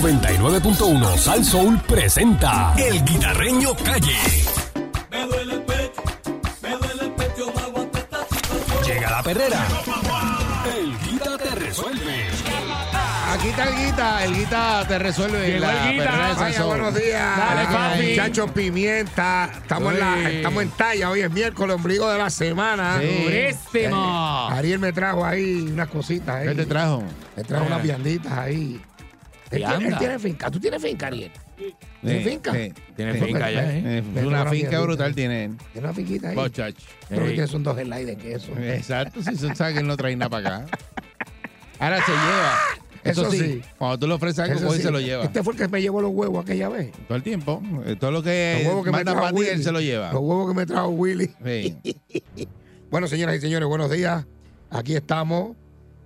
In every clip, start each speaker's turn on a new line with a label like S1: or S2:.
S1: 99.1 Sal Soul presenta El Guitarreño Calle.
S2: Me duele el pecho, me duele el pecho, no aguanto esta situación.
S1: Llega la perrera. El Guita te resuelve.
S3: Aquí está el guita, el guita te resuelve
S4: Llegó
S3: la
S4: el guita.
S3: perrera de
S4: Vaya,
S3: Salsón.
S5: buenos días.
S4: Dale, papi.
S5: Muchachos, pimienta. Estamos en, la-
S4: Uy.
S5: estamos en talla. Hoy es miércoles, ombligo de la semana. Eh,
S3: Sí.
S4: Durísimo.
S5: Ariel me trajo ahí unas cositas. Ahí.
S3: ¿Qué te trajo? Ah.
S5: Me trajo unas vianditas ahí. Él tiene, él tiene finca. ¿Tú tienes finca, Ariel? ¿Tienes
S3: Sí,
S5: finca?
S3: sí.
S4: Tiene
S5: Sí.
S4: finca ya, ¿eh?
S3: Eh,
S5: Me trajo
S3: una
S5: la
S3: finca
S5: mierda.
S3: brutal tiene él.
S5: ¿Tienes una finquita ahí?
S3: Muchacho.
S5: Pero
S4: Ey.
S5: que son dos slides de queso.
S3: Exacto, si se sabe que él no trae nada para acá. Ahora se lleva. Eso,
S5: Eso
S3: sí,
S5: sí.
S3: Cuando tú le ofreces algo,
S5: Eso
S3: hoy
S5: sí.
S3: se lo lleva.
S5: Este fue el que me llevó los huevos aquella vez.
S3: Todo el tiempo. eh, Todo lo
S5: Los
S3: que
S5: huevos que me
S3: manda
S5: trajo
S3: para ti, él
S5: Willy.
S3: se lo lleva.
S5: Los huevos que me trajo Willy.
S3: Sí.
S5: Bueno, señoras y señores, buenos días. Aquí estamos.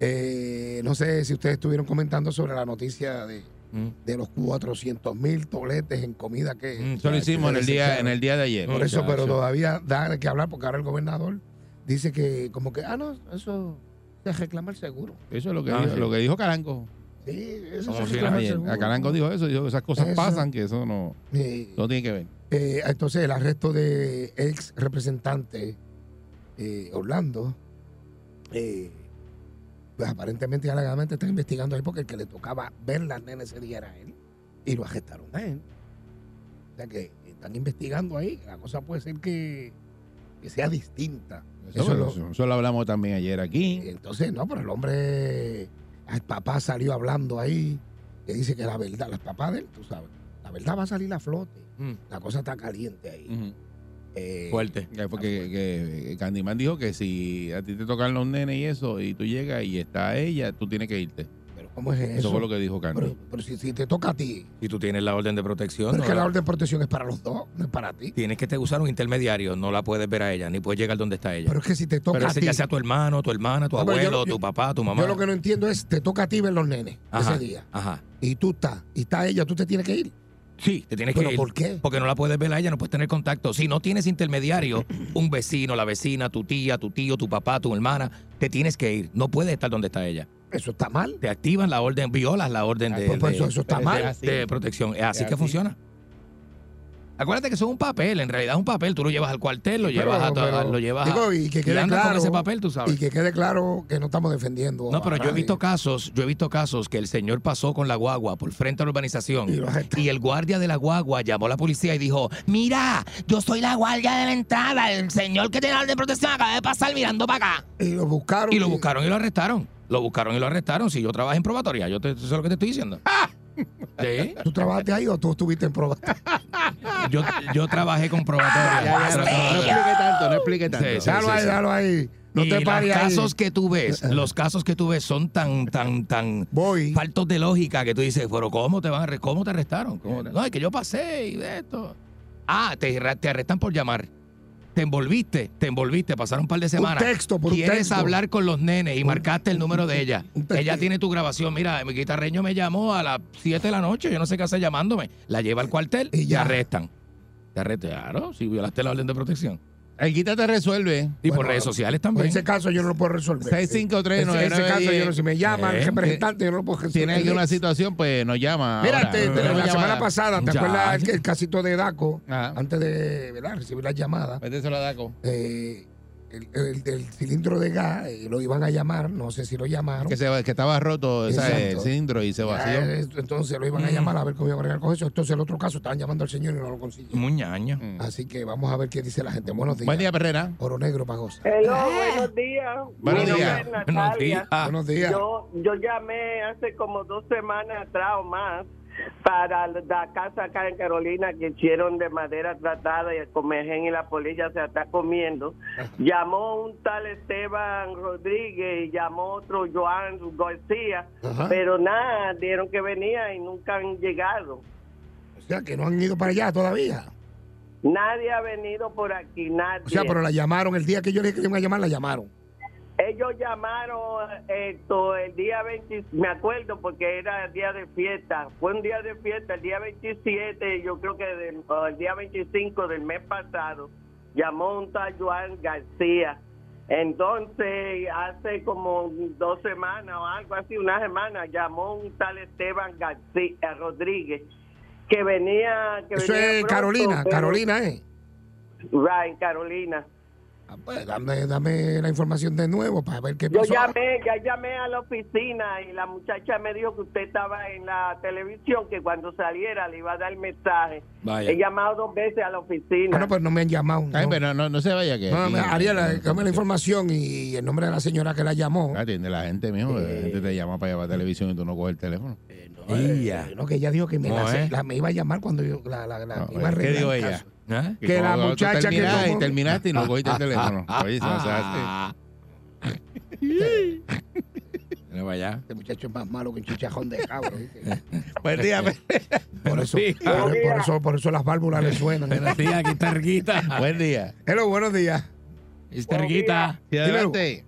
S5: Eh, no sé si ustedes estuvieron comentando sobre la noticia de,
S4: Mm.
S5: de los 400 mil toletes en comida que...
S4: Mm,
S3: Eso lo hicimos en el día, en el día de ayer.
S5: Por eso,
S4: Muchacho.
S5: pero todavía da de qué hablar porque ahora el gobernador dice que como que, ah, no, eso se reclama el seguro.
S3: Eso es lo que,
S4: Ah,
S3: dijo,
S4: sí.
S3: lo que dijo Caranco.
S5: Sí, eso
S4: Como
S5: se
S4: si
S5: reclama el
S3: Ayer.
S5: seguro.
S3: A Caranco dijo eso, dijo esas cosas
S5: Eso.
S3: pasan, que eso no,
S5: Eh,
S3: no tiene que ver.
S5: eh, entonces, el arresto de ex representante eh, Orlando, eh, pues aparentemente y alegadamente está investigando ahí porque el que le tocaba ver las nenas ese día era él y lo arrestaron a él. O sea que están investigando ahí. La cosa puede ser que, que sea distinta.
S3: Eso,
S5: Eso
S3: lo,
S5: lo-
S3: eso lo hablamos también ayer aquí.
S5: Y entonces, no, pero el hombre, el papá salió hablando ahí, que dice que la verdad, las papás de él, tú sabes, la verdad va a salir a flote.
S4: Mm,
S5: La cosa está caliente ahí.
S3: Ujú.
S5: Eh,
S4: Fuerte.
S3: Ya, Porque que, que Candyman dijo que si a ti te tocan los nenes y eso, y tú llegas y está ella, tú tienes que irte.
S5: Pero ¿cómo es Pues eso?
S3: Eso, fue lo que dijo Candy.
S5: Pero, pero si, si te toca a ti,
S4: Y tú tienes la orden de protección.
S5: pero es
S4: no
S5: que la
S4: la-
S5: orden de protección es para los dos, no es para ti.
S4: Tienes que te- usar un intermediario. No la puedes ver a ella, ni puedes llegar donde está ella.
S5: Pero es que si te toca
S4: Pero
S5: a
S4: ese
S5: ti,
S4: ya sea tu hermano, tu hermana, tu
S5: No, pero yo
S4: abuelo,
S5: lo- yo-
S4: tu papá, tu mamá.
S5: yo lo que no entiendo es, te toca a ti ver los nenes
S4: Ajá,
S5: ese día.
S4: Ajá.
S5: Y tú estás, y está ella, tú te tienes que ir.
S4: Sí, te tienes
S5: ¿Pero
S4: que ir.
S5: por qué?
S4: Porque no la puedes ver a ella, no puedes tener contacto. Si no tienes intermediario, un vecino, la vecina, tu tía, tu tío, tu papá, tu hermana, te tienes que ir. No puedes estar donde está ella.
S5: Eso está mal.
S4: Te activan la orden, violas la orden de,
S5: Pues, pues,
S4: de-
S5: eso, eso está
S3: pero
S5: mal.
S3: ese-
S4: de- de protección. Es así
S3: Es
S4: que
S3: así.
S4: funciona. Acuérdate que eso es un papel, en realidad es un papel. Tú lo llevas al cuartel, lo
S5: Pero-
S4: llevas a, tu-
S5: pero-
S4: lo llevas a-
S5: digo, y que quede
S4: andas
S5: claro,
S4: con ese papel, tú sabes.
S5: Y que quede claro que no estamos defendiendo.
S4: No,
S5: a
S4: pero yo he
S5: nadie.
S4: visto casos, yo he visto casos que el señor pasó con la guagua por frente a la urbanización
S5: Y lo arrestaron.
S4: y el guardia de la guagua llamó a la policía y dijo, mira, yo soy la guardia de la entrada, el señor que tiene la orden de protección acaba de pasar mirando para acá.
S5: Y lo buscaron.
S4: Y lo buscaron y lo arrestaron. Lo buscaron y lo arrestaron. Si yo trabajo en probatoria, yo te, eso es lo que te estoy diciendo.
S5: Ah.
S4: Sí,
S5: ¿Tú trabajaste ahí o tú estuviste en prueba?
S4: yo, yo trabajé con probatoria.
S3: no
S4: Probatoria.
S3: explique
S5: eh,
S3: tanto, no explique tanto.
S4: Sí, sí.
S5: dalo ahí, dalo ahí. No
S4: y
S5: te
S4: los
S5: pares ahí.
S4: casos que tú ves, los casos que tú ves son tan, tan, tan
S5: Voy.
S4: faltos de lógica que tú dices, pero ¿cómo te van a arre- cómo te arrestaron? ¿Cómo te- No, es que yo pasé y de esto. Ah, te, arre- te arrestan por llamar. Te envolviste, te envolviste, pasaron un par de semanas.
S5: texto, por un
S4: Quieres
S5: texto.
S4: hablar con los nenes y marcaste el número de ella.
S5: un texto.
S4: Ella tiene tu grabación. Mira, mi guitarreño me llamó a las 7 de la noche, yo no sé qué hace llamándome. La lleva al cuartel
S5: Y
S4: y te
S5: ya.
S4: arrestan. Te arrestaron si violaste la orden de protección.
S3: El quita te resuelve.
S4: Y por
S5: Bueno,
S4: redes sociales también.
S5: En ese caso yo no lo puedo resolver. En ese,
S3: 653
S5: ese caso yo no, si me llaman
S4: Eh,
S5: representante, yo no lo puedo resolver.
S3: Tiene alguna situación, pues nos llama.
S5: Mira,
S3: ahora.
S5: te- te- la
S3: Tenemos
S5: semana
S3: llamada.
S5: pasada, ¿te
S4: Ya.
S5: acuerdas el, el casito de Daco?
S3: Ajá.
S5: Antes de ¿verdad? recibir la llamada,
S3: Méteselo a Daco.
S5: eh, el, el- el cilindro de gas eh, lo iban a llamar, no sé si lo llamaron.
S3: Que, se, que estaba roto ese
S5: Exacto.
S3: cilindro y se Mm. vació.
S5: Ah, esto, Entonces lo iban a llamar a ver cómo iba a bregar con eso. Entonces el otro caso estaban llamando al señor y no lo consiguieron.
S4: Muñaño.
S3: Mm.
S5: Así que vamos a ver qué dice la gente. Buenos días.
S3: Buen día, Perrera.
S5: Oro Negro Pagosa.
S6: Hello, buenos días.
S3: Buenos
S6: Mi nombre
S3: días.
S6: es
S4: Ah. Buenos días. Ah.
S6: Natalia.
S3: Ah,
S5: Buenos días.
S6: Yo, yo llamé hace como dos semanas atrás o más para la casa acá en Carolina que hicieron de madera tratada y el comején y la polilla se la está comiendo.
S5: Ah.
S6: Llamó un tal Esteban Rodríguez y llamó otro Joan García,
S5: Ajá.
S6: pero nada, dieron que venía y nunca han llegado.
S5: O sea, que no han ido para allá todavía.
S6: Nadie ha venido por aquí, nadie.
S5: O sea, pero la llamaron. El día que yo le dije que le iban a llamar, la llamaron.
S6: Ellos llamaron esto el día 20, me acuerdo porque era el día de fiesta, fue un día de fiesta, el día 27, yo creo que del- o el día 25 del mes pasado, llamó un tal Joan García Entonces, hace como dos semanas o algo así, una semana, llamó un tal Esteban García Rodríguez que venía. Que
S5: Eso
S6: venía
S5: es
S6: pronto,
S5: Carolina,
S6: pero-
S5: Carolina, ¿eh?
S6: Right, Carolina.
S5: Ah, pues, dame, dame la información de nuevo para ver qué
S6: Yo
S5: pasó.
S6: llamé, ya llamé a la oficina y la muchacha me dijo que usted estaba en la televisión, que cuando saliera le iba a dar mensaje.
S3: Vaya.
S6: He llamado dos veces a la oficina.
S5: Ah, no, pero no me han llamado.
S3: Está bien,
S5: no.
S3: pero no, no se vaya que.
S5: No,
S3: aquí-
S5: me- Ariel, eh, dame la información y el nombre de la señora que la llamó.
S3: Atiende la gente mismo, la gente te llama para llevar televisión y tú no coges el teléfono.
S5: Eh, no,
S4: Ella.
S5: eh, no, que ella dijo que me,
S4: No,
S5: la-
S4: eh.
S5: la- me iba a llamar cuando yo la, la- la-
S3: No,
S5: iba a
S3: ¿Qué
S5: arreglar
S3: digo
S5: el
S3: ella?
S5: caso.
S4: ¿Eh?
S5: Que la
S3: como tú
S5: muchacha que
S3: terminás
S5: tomó-
S3: y terminaste y no cogiste el teléfono. Oye, eso no se hace.
S4: Ah,
S3: Mira para allá.
S5: Este muchacho es más malo que un chichajón de cabro. ¿viste? Pues,
S3: Buen día,
S5: Por eso,
S4: Sí.
S5: por, por eso, por eso las válvulas le suenan.
S4: buenos días, aquí está Erguita.
S3: buen día.
S5: Hello, buenos días.
S4: Está Erguita.
S3: Sí, adelante.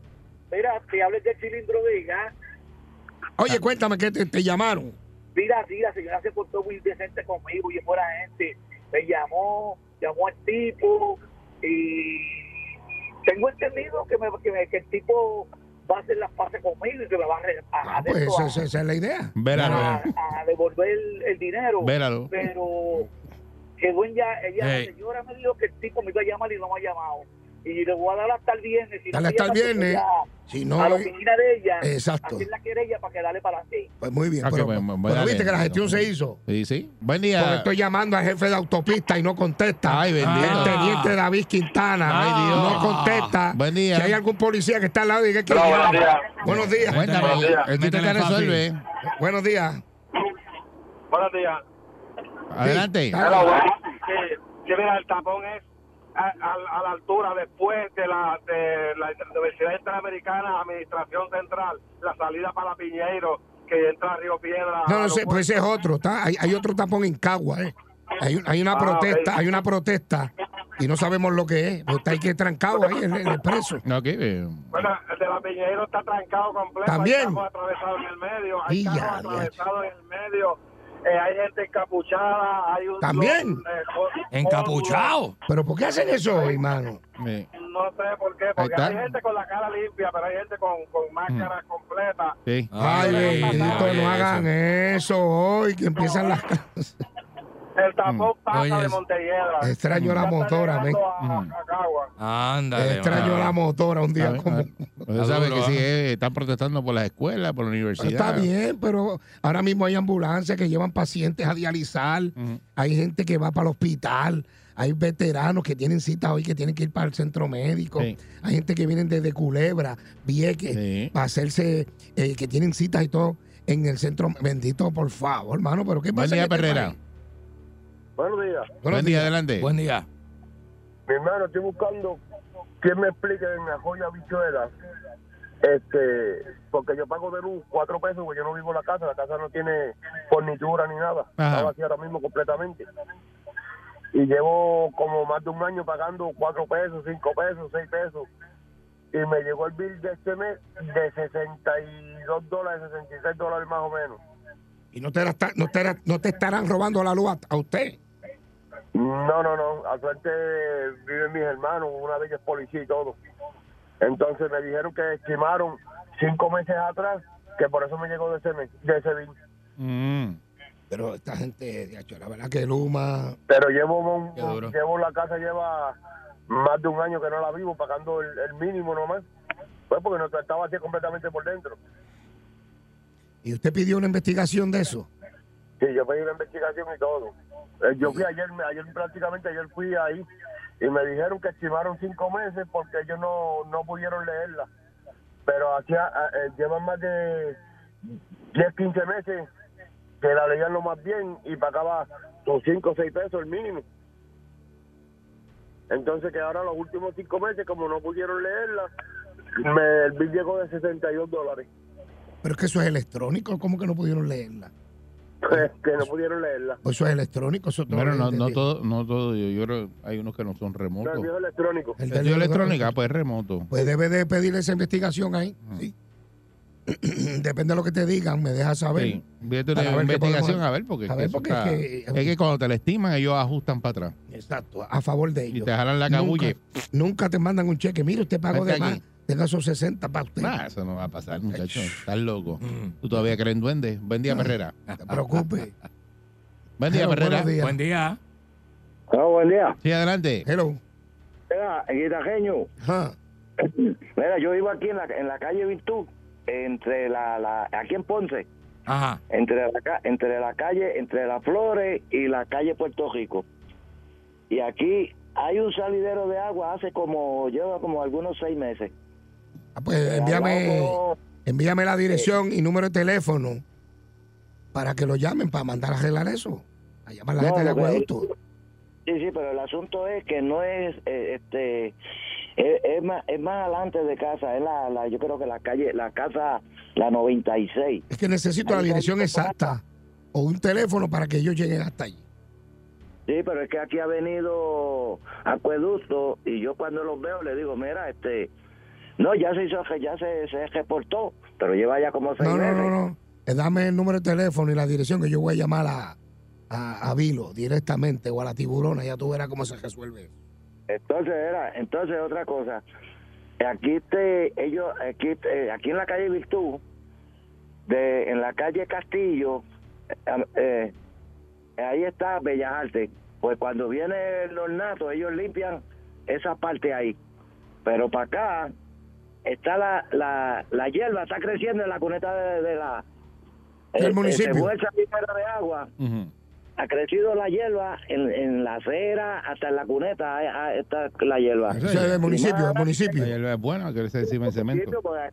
S7: Mira, si hables del cilindro de gas,
S5: Oye, cuéntame que te, te llamaron.
S7: mira, sí, la señora se portó muy decente conmigo y fuera gente. Me llamó, llamó al tipo y tengo entendido que, me, que, me- que el tipo va a hacer las paces conmigo y que me va a, re- a-
S5: Ah, pues
S7: a-
S5: esa, esa- esa es la idea.
S6: ah.
S3: Véralo,
S7: a- a devolver el, el dinero.
S3: véralo.
S7: Pero llegó en ya, ella,
S4: Hey.
S7: la señora me dijo que el tipo me iba a llamar y no me ha llamado. Y le voy a dar hasta el viernes. Si no me
S5: Dale hasta el
S7: llama, pues
S5: viernes.
S7: voy
S5: Si
S7: a,
S5: no, eh,
S7: a la oficina de ella,
S5: Exacto.
S7: hacer la querella para que dale para adelante.
S5: pues muy bien.
S3: Ah,
S5: pero
S3: que bueno, bueno,
S5: pero
S3: dale.
S5: viste que la gestión se hizo.
S3: Sí, sí. Buen
S5: Porque
S3: día.
S5: estoy llamando al jefe de autopista y no contesta.
S3: Ay, bendito. Ah.
S5: El teniente David Quintana
S4: Ay, Dios.
S5: no contesta.
S3: Buen día.
S5: Si hay algún policía que está al lado, diga que
S8: Hola, buenos
S5: Buenos días.
S8: días.
S3: Cuéntame,
S8: Buenos días.
S3: el Twitter te
S4: Métele fácil.
S3: resuelve.
S5: Buenos días.
S8: Buenos días.
S3: Adelante.
S5: Sí.
S8: Hello. Que, que mira, el tapón es a, a- a la altura después de la, de la Universidad Interamericana, Administración Central, la salida para Piñeiro, que entra a Río Piedra.
S5: No, no sé, pues ese es otro. ¿tá? Hay, hay otro tapón en Cagua. eh. Hay, un- hay una
S8: Ah,
S5: protesta,
S8: ok.
S5: hay una protesta y no sabemos lo que es. pues Está ahí que trancado ahí el, el expreso.
S3: Ok, eh,
S8: Bueno, el de la Piñeiro está trancado completo.
S5: También.
S8: Hay carros atravesados en el medio. Hay
S5: Ya,
S8: carros
S5: ya.
S8: atravesados en el medio. eh, hay gente encapuchada. Hay un,
S5: También.
S8: eh, jo-
S4: Encapuchado.
S5: Pero ¿por qué hacen eso hoy, mano?
S3: eh,
S8: No sé por qué, porque
S3: está.
S8: hay gente con la cara limpia, pero hay gente con,
S4: Mm.
S8: con máscara completa.
S3: sí.
S5: Ay,
S4: Oye,
S5: bendito,
S4: oye,
S5: no
S4: eso.
S5: hagan eso hoy, que empiezan las clases.
S8: El tapón pasa
S4: Mm. Oye, Mm.
S8: de
S4: eso.
S8: Montelledra.
S5: Extraño
S8: Ya
S5: la
S8: está
S5: motora,
S8: llegando
S3: men.
S8: a- a Cagua.
S4: Ándale.
S5: Extraño
S4: mano.
S5: la motora un día
S3: ¿Sabe?
S5: como.
S3: Usted sabe que sí, eh, están protestando por las escuelas, por la universidad.
S5: Está bien, pero ahora mismo hay ambulancias que llevan pacientes a dializar,
S3: Ujú.
S5: hay gente que va para el hospital, hay veteranos que tienen citas hoy que tienen que ir para el centro médico,
S3: Sí.
S5: hay gente que vienen desde Culebra, Vieques,
S3: Sí.
S5: para hacerse, eh, que tienen citas y todo en el centro. Bendito, por favor, hermano, pero ¿qué
S3: Buen
S5: pasa? en
S3: día,
S5: este
S3: Perrera.
S5: país?
S8: Buenos días.
S5: Buenos
S3: Buen día, adelante.
S4: Buen día.
S8: Mi hermano, estoy buscando quien me explique de mi joya bichuela. Este, porque yo pago de luz cuatro pesos, porque yo no vivo en la casa, la casa no tiene fornitura ni nada,
S3: Ajá.
S8: está vacía ahora mismo completamente. Y llevo como más de un año pagando cuatro pesos, cinco pesos, seis pesos. Y me llegó el bill de este mes de 62 dólares, 66 dólares más o menos.
S5: Y no te, la está- no, te la- no te estarán robando la luz a, a usted.
S8: No, no, no. Al frente viven mis hermanos, una de ellas es policía y todo. Entonces me dijeron que estimaron cinco meses atrás, que por eso me llegó de ese, mes- de ese bill.
S3: Mm.
S5: Pero esta gente, diacho, la verdad que Luma.
S8: Pero llevo, un-
S4: Qué duro.
S8: llevo la casa, lleva más de un año que no la vivo, pagando el, el mínimo nomás. Pues porque no estaba así completamente por dentro.
S5: ¿Y usted pidió una investigación de eso?
S8: Sí, yo pedí la investigación y todo. Eh, Yo fui ayer, me- ayer prácticamente ayer fui ahí y me dijeron que estimaron cinco meses porque ellos no, no pudieron leerla. Pero hacía, eh, llevan más de 10, 15 meses que la leían lo más bien y pagaba sus 5 o 6 pesos el mínimo. Entonces que ahora los últimos cinco meses, como no pudieron leerla, me, el bill llegó de 62 dólares.
S5: Pero es que eso es electrónico, ¿cómo que no pudieron leerla?
S8: que no pudieron leerla.
S5: Pues eso es electrónico, eso todo
S3: Bueno,
S5: lo
S3: no, no
S5: entendí.
S3: todo, no todo. Yo, yo creo que hay unos que no son
S8: No, el
S3: remotos.
S8: viejo electrónico.
S5: El
S3: El
S5: del-
S3: electrónica, pues es remoto. Ah.
S5: Pues debe de pedir esa investigación ahí. sí. depende de lo que te digan, me dejas saber.
S3: Sí, vete
S5: Para
S3: una
S5: ver qué
S3: investigación
S5: podemos-
S3: a ver, porque,
S5: a ver,
S3: eso
S5: porque
S3: está-
S5: es que- eh,
S3: es que cuando te la estiman, ellos ajustan para atrás
S5: Exacto, a favor de
S3: y
S5: ellos.
S3: te jalan la
S5: Nunca.
S3: cabulla. y-
S5: Nunca te mandan un cheque. Mire, usted pagó
S3: Vete
S5: de más.
S3: aquí. Ah.
S5: Tenga esos 60 para usted.
S3: Nah, eso no va a pasar, muchacho.
S5: Ech.
S3: Estás loco.
S4: Mm.
S3: Tú todavía crees en duendes. Buen día, Perrera.
S5: No te preocupes.
S3: Buen día,
S5: Hello,
S3: Perrera.
S5: buenos días. Eh,
S4: Buen día.
S8: Ah, buen día.
S3: Sí, adelante.
S5: Hello.
S8: Mira, guitajeño,
S5: Ajá.
S8: mira, yo iba aquí en la, en la calle Virtud, entre la, la, aquí en Ponce,
S4: Ajá.
S8: entre la, ca- entre la calle, entre las flores y la calle Puerto Rico. Y aquí hay un salidero de agua hace como, lleva como algunos seis meses.
S5: Ah, pues envíame,
S8: Hablamos-
S5: envíame la dirección y número de teléfono para que lo llamen para mandar a arreglar eso. A llamar a la
S8: No,
S5: gente de
S8: lo que-
S5: acueducto.
S8: Sí, sí, pero el asunto es que no es, eh, este, es, es más, es más adelante de casa, es la, la, yo creo que la calle, la casa, la 96.
S5: Es que necesito la
S8: Ahí está el
S5: dirección
S8: teléfono.
S5: exacta o un teléfono para que ellos lleguen hasta allí.
S8: Sí, pero es que aquí ha venido acueducto y yo cuando los veo le digo, mira, este, no, ya se hizo, ya se, se reportó, pero lleva ya como seis
S5: No, no,
S8: meses.
S5: no, no. Eh, Dame el número de teléfono y la dirección que yo voy a llamar a, a, a Vilo directamente o a la tiburona. Ya tú verás cómo se
S8: Eh,
S5: resuelve.
S8: Entonces era, entonces otra cosa, aquí te, ellos, aquí, te- aquí en la calle Virtud, de, en la calle Castillo, eh, eh, ahí está Bellas Artes. Pues cuando vienen los natos, ellos limpian esa parte ahí. Pero para acá está la, la, la hierba, está creciendo en la cuneta de, de la...
S5: Del
S8: eh, eh,
S5: municipio.
S8: según el salidero de agua,
S3: Ujú.
S8: ha crecido la hierba en, en la acera, hasta en la cuneta ah, ah, está la hierba.
S5: Eso es del municipio, del municipio.
S3: La hierba es buena, que se encima en cemento.
S8: Porque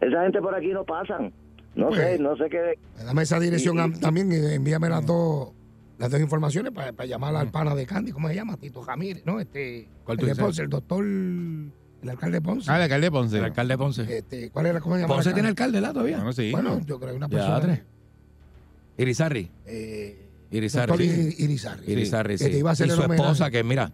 S8: Esa gente por aquí no pasan. No
S5: Pues-
S8: sé, no sé qué.
S5: Dame esa dirección
S8: Y- Mm.
S5: am- también y envíame las dos, las dos informaciones para, llamar al pana de Candy. ¿Cómo se llama? Tito Jamírez, ¿no? Este,
S4: ¿Cuál
S5: el
S4: tú
S5: de
S4: dices?
S5: Ponce, el doctor, el alcalde de Ponce.
S3: Ah, el alcalde de Ponce.
S4: El alcalde de Ponce.
S5: Este, ¿Cuál era? ¿Cómo se llama?
S4: Ponce
S5: el
S4: tiene
S5: alcalde?
S4: alcalde, ¿la todavía?
S3: Bueno, sí.
S5: Bueno, yo creo que una
S4: Ya,
S5: persona.
S4: tres. Irizarri.
S5: eh, doctor
S4: Irizarri. sí.
S5: Iri- Irizarri.
S4: Irizarri,
S5: Que
S4: sí.
S5: te iba a hacer
S4: y
S5: el
S4: su esposa,
S5: homenaje.
S4: que mira,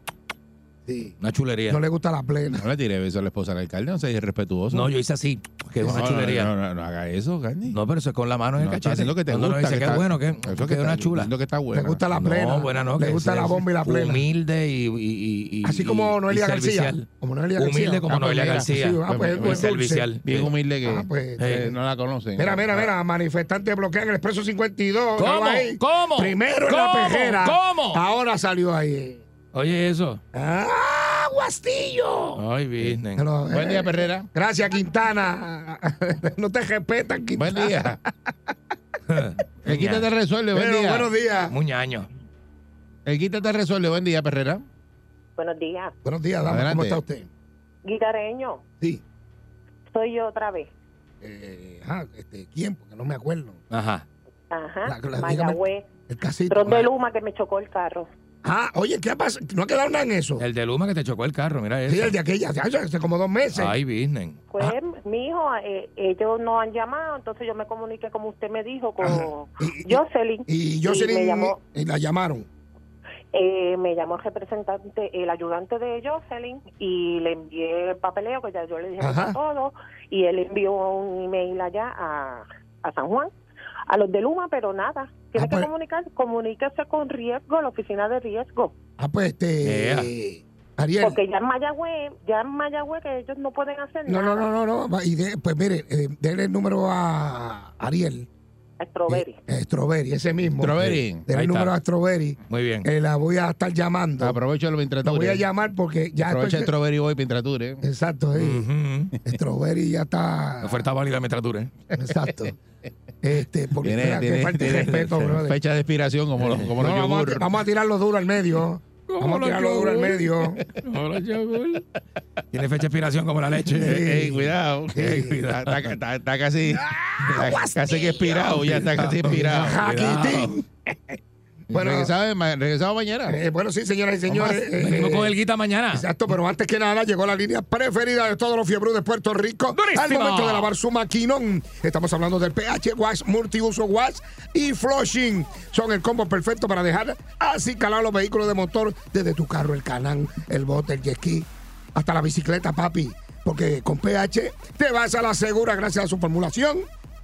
S5: Sí.
S4: una chulería.
S5: No le gusta la plena.
S3: No le tire beso a la esposa del alcalde, no seas irrespetuoso.
S4: No, yo hice así, que es
S3: No,
S4: una
S3: no,
S4: chulería.
S3: No, no, no, no haga eso, Candy.
S4: No, pero eso es con la mano en el
S3: No, está
S4: cachete.
S3: haciendo que te
S4: Cuando uno
S3: gusta,
S4: dice
S3: que
S4: que,
S3: está-
S4: es bueno, que
S3: Eso
S4: es que es una chula.
S3: diciendo que está buena.
S5: Le gusta la plena.
S4: No, buena no.
S5: Le
S4: que
S5: gusta
S4: es-
S5: la bomba y la plena.
S4: Humilde y, y- y-
S5: Así
S4: y-
S5: como Noelia
S4: y
S5: García.
S4: servicial.
S5: Como Noelia García.
S4: Humilde como
S5: Ah, pues
S4: Noelia
S5: mira.
S4: García.
S5: Sí, ah, pues es
S3: Y
S5: dulce.
S4: servicial.
S3: Bien humilde que
S5: Ah, pues,
S3: eh,
S4: eh.
S3: no la conocen.
S5: Mira, mira, mira, manifestantes bloquean el expreso 52.
S4: Ah. ¿Cómo?
S5: Estaba ahí.
S4: ¿Cómo?
S5: Primero en
S4: ¿Cómo?
S5: la pejera. Ah.
S4: ¿Cómo?
S5: Ahora salió ahí.
S4: Oye, eso.
S5: ¡Ah, Guastillo!
S4: Ay, business.
S5: Pero, eh,
S3: Buen día, Perrera.
S5: Gracias, Quintana. no te respetan,
S3: Buen
S5: Quintana.
S3: día.
S5: eh,
S3: El quita te
S4: Muña-
S3: resuelve, buen
S5: Pero,
S3: día.
S5: Buenos días.
S4: Muñaño.
S3: El quita te resuelve, buen día, Perrera.
S9: Buenos días.
S5: Buenos días, dama. ¿Cómo
S3: Adelante.
S5: está usted?
S9: Guitareño,
S5: Sí.
S9: soy yo otra vez.
S5: Eh, ajá, este, ¿Quién? Porque no me acuerdo.
S4: Ajá.
S9: Ajá.
S5: La- la-
S9: Mayagüez.
S5: El casito.
S9: Tron de Luma que me chocó el carro.
S5: Ah, oye, ¿qué ha pasado? ¿No ha quedado nada en eso?
S4: El de Luma que te chocó el carro, mira eso.
S5: sí, el de aquella. Hace hace como dos meses.
S4: Ay, business.
S9: Pues
S5: Ah.
S9: mi hijo, eh, ellos no han llamado, entonces yo me comuniqué como usted me dijo con
S5: Ajá. Y- y-
S9: Jocelyn.
S5: Y Jocelyn.
S9: me llamó,
S5: y la llamaron.
S9: eh, me llamó el representante, el ayudante de Jocelyn y le envié el papeleo que ya yo le dije
S5: Ajá.
S9: todo y él envió un email allá a, a San Juan, a los de Luma, pero nada. Tiene
S5: Ah,
S9: que
S5: pues.
S9: comunicar, comuníquese con riesgo, la oficina de riesgo.
S5: Ah, pues este. Ariel.
S9: Porque ya en Mayagüez, ya en Mayagüez que ellos no pueden hacer
S5: No, no,
S9: nada.
S5: no, no. no. va- Y de- pues mire, eh, denle el número a Ariel.
S9: Strawberry.
S5: Eh, eh, Strawberry, ese mismo.
S3: Strawberry.
S5: Eh,
S4: Ahí
S5: Denle el
S4: está.
S5: número a Strawberry.
S4: Muy bien.
S5: eh, la voy a estar llamando.
S3: Aprovechalo mientras
S5: la
S3: tú.
S5: voy a llamar porque ya.
S3: Aprovecha el
S5: estoy-
S3: strawberry boy mientras tú. ¿eh?
S5: Exacto, eh,
S4: Ujú.
S5: Strawberry ya está.
S4: La Mm. Oferta válida mientras dure.
S5: Exacto. Este, porque
S3: Tiene-
S5: mira, qué
S3: tiene-
S5: falta de
S3: tiene
S5: respeto, brother.
S3: fecha de expiración como los, como
S5: No,
S3: los
S5: vamos, a,
S3: yogur.
S5: vamos a tirarlo duro al medio. Vamos a
S4: los
S5: tirarlo duro al
S4: yogur.
S5: medio.
S4: Tiene fecha de expiración como la leche.
S3: Ey, cuidado. ey, cuidado. Está, está- está casi, está casi que expirado, ya está casi expirado.
S5: Jaquitín.
S3: Bueno,
S5: Bueno.
S3: regresamos, ma- regresamos mañana.
S5: Eh, bueno, sí, señoras y señores. eh,
S4: Venimos
S5: eh,
S4: con el guita mañana.
S5: Exacto, pero antes que nada llegó la línea preferida de todos los fiebrudos de Puerto Rico.
S4: ¡Durísimo!
S5: Al momento de lavar su maquinón. Estamos hablando del PH Wax, multiuso Wax y Flushing. Son el combo perfecto para dejar así calados los vehículos de motor desde tu carro, el canán, el bote, el jet ski, hasta la bicicleta, papi. Porque con PH te vas a la segura gracias a su formulación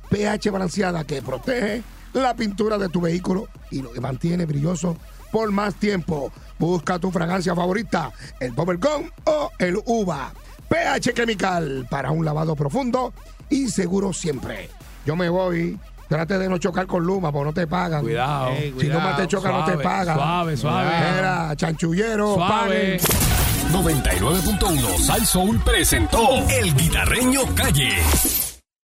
S5: PH balanceada que protege la pintura de tu vehículo y lo que mantiene brilloso por más tiempo. Busca tu fragancia favorita, el Bubblegum o el Uva. PH Chemical para un lavado profundo y seguro siempre. Yo me voy. Trate de no chocar con Luma, porque no te pagan.
S4: Cuidado. Ey,
S5: si no
S4: cuidado.
S5: más te chocan, no te
S4: Suave,
S5: pagan.
S4: suave, suave.
S5: Era chanchullero,
S4: Suave.
S5: paguen.
S1: 99.1 Sal Soul presentó El Guitarreño Calle.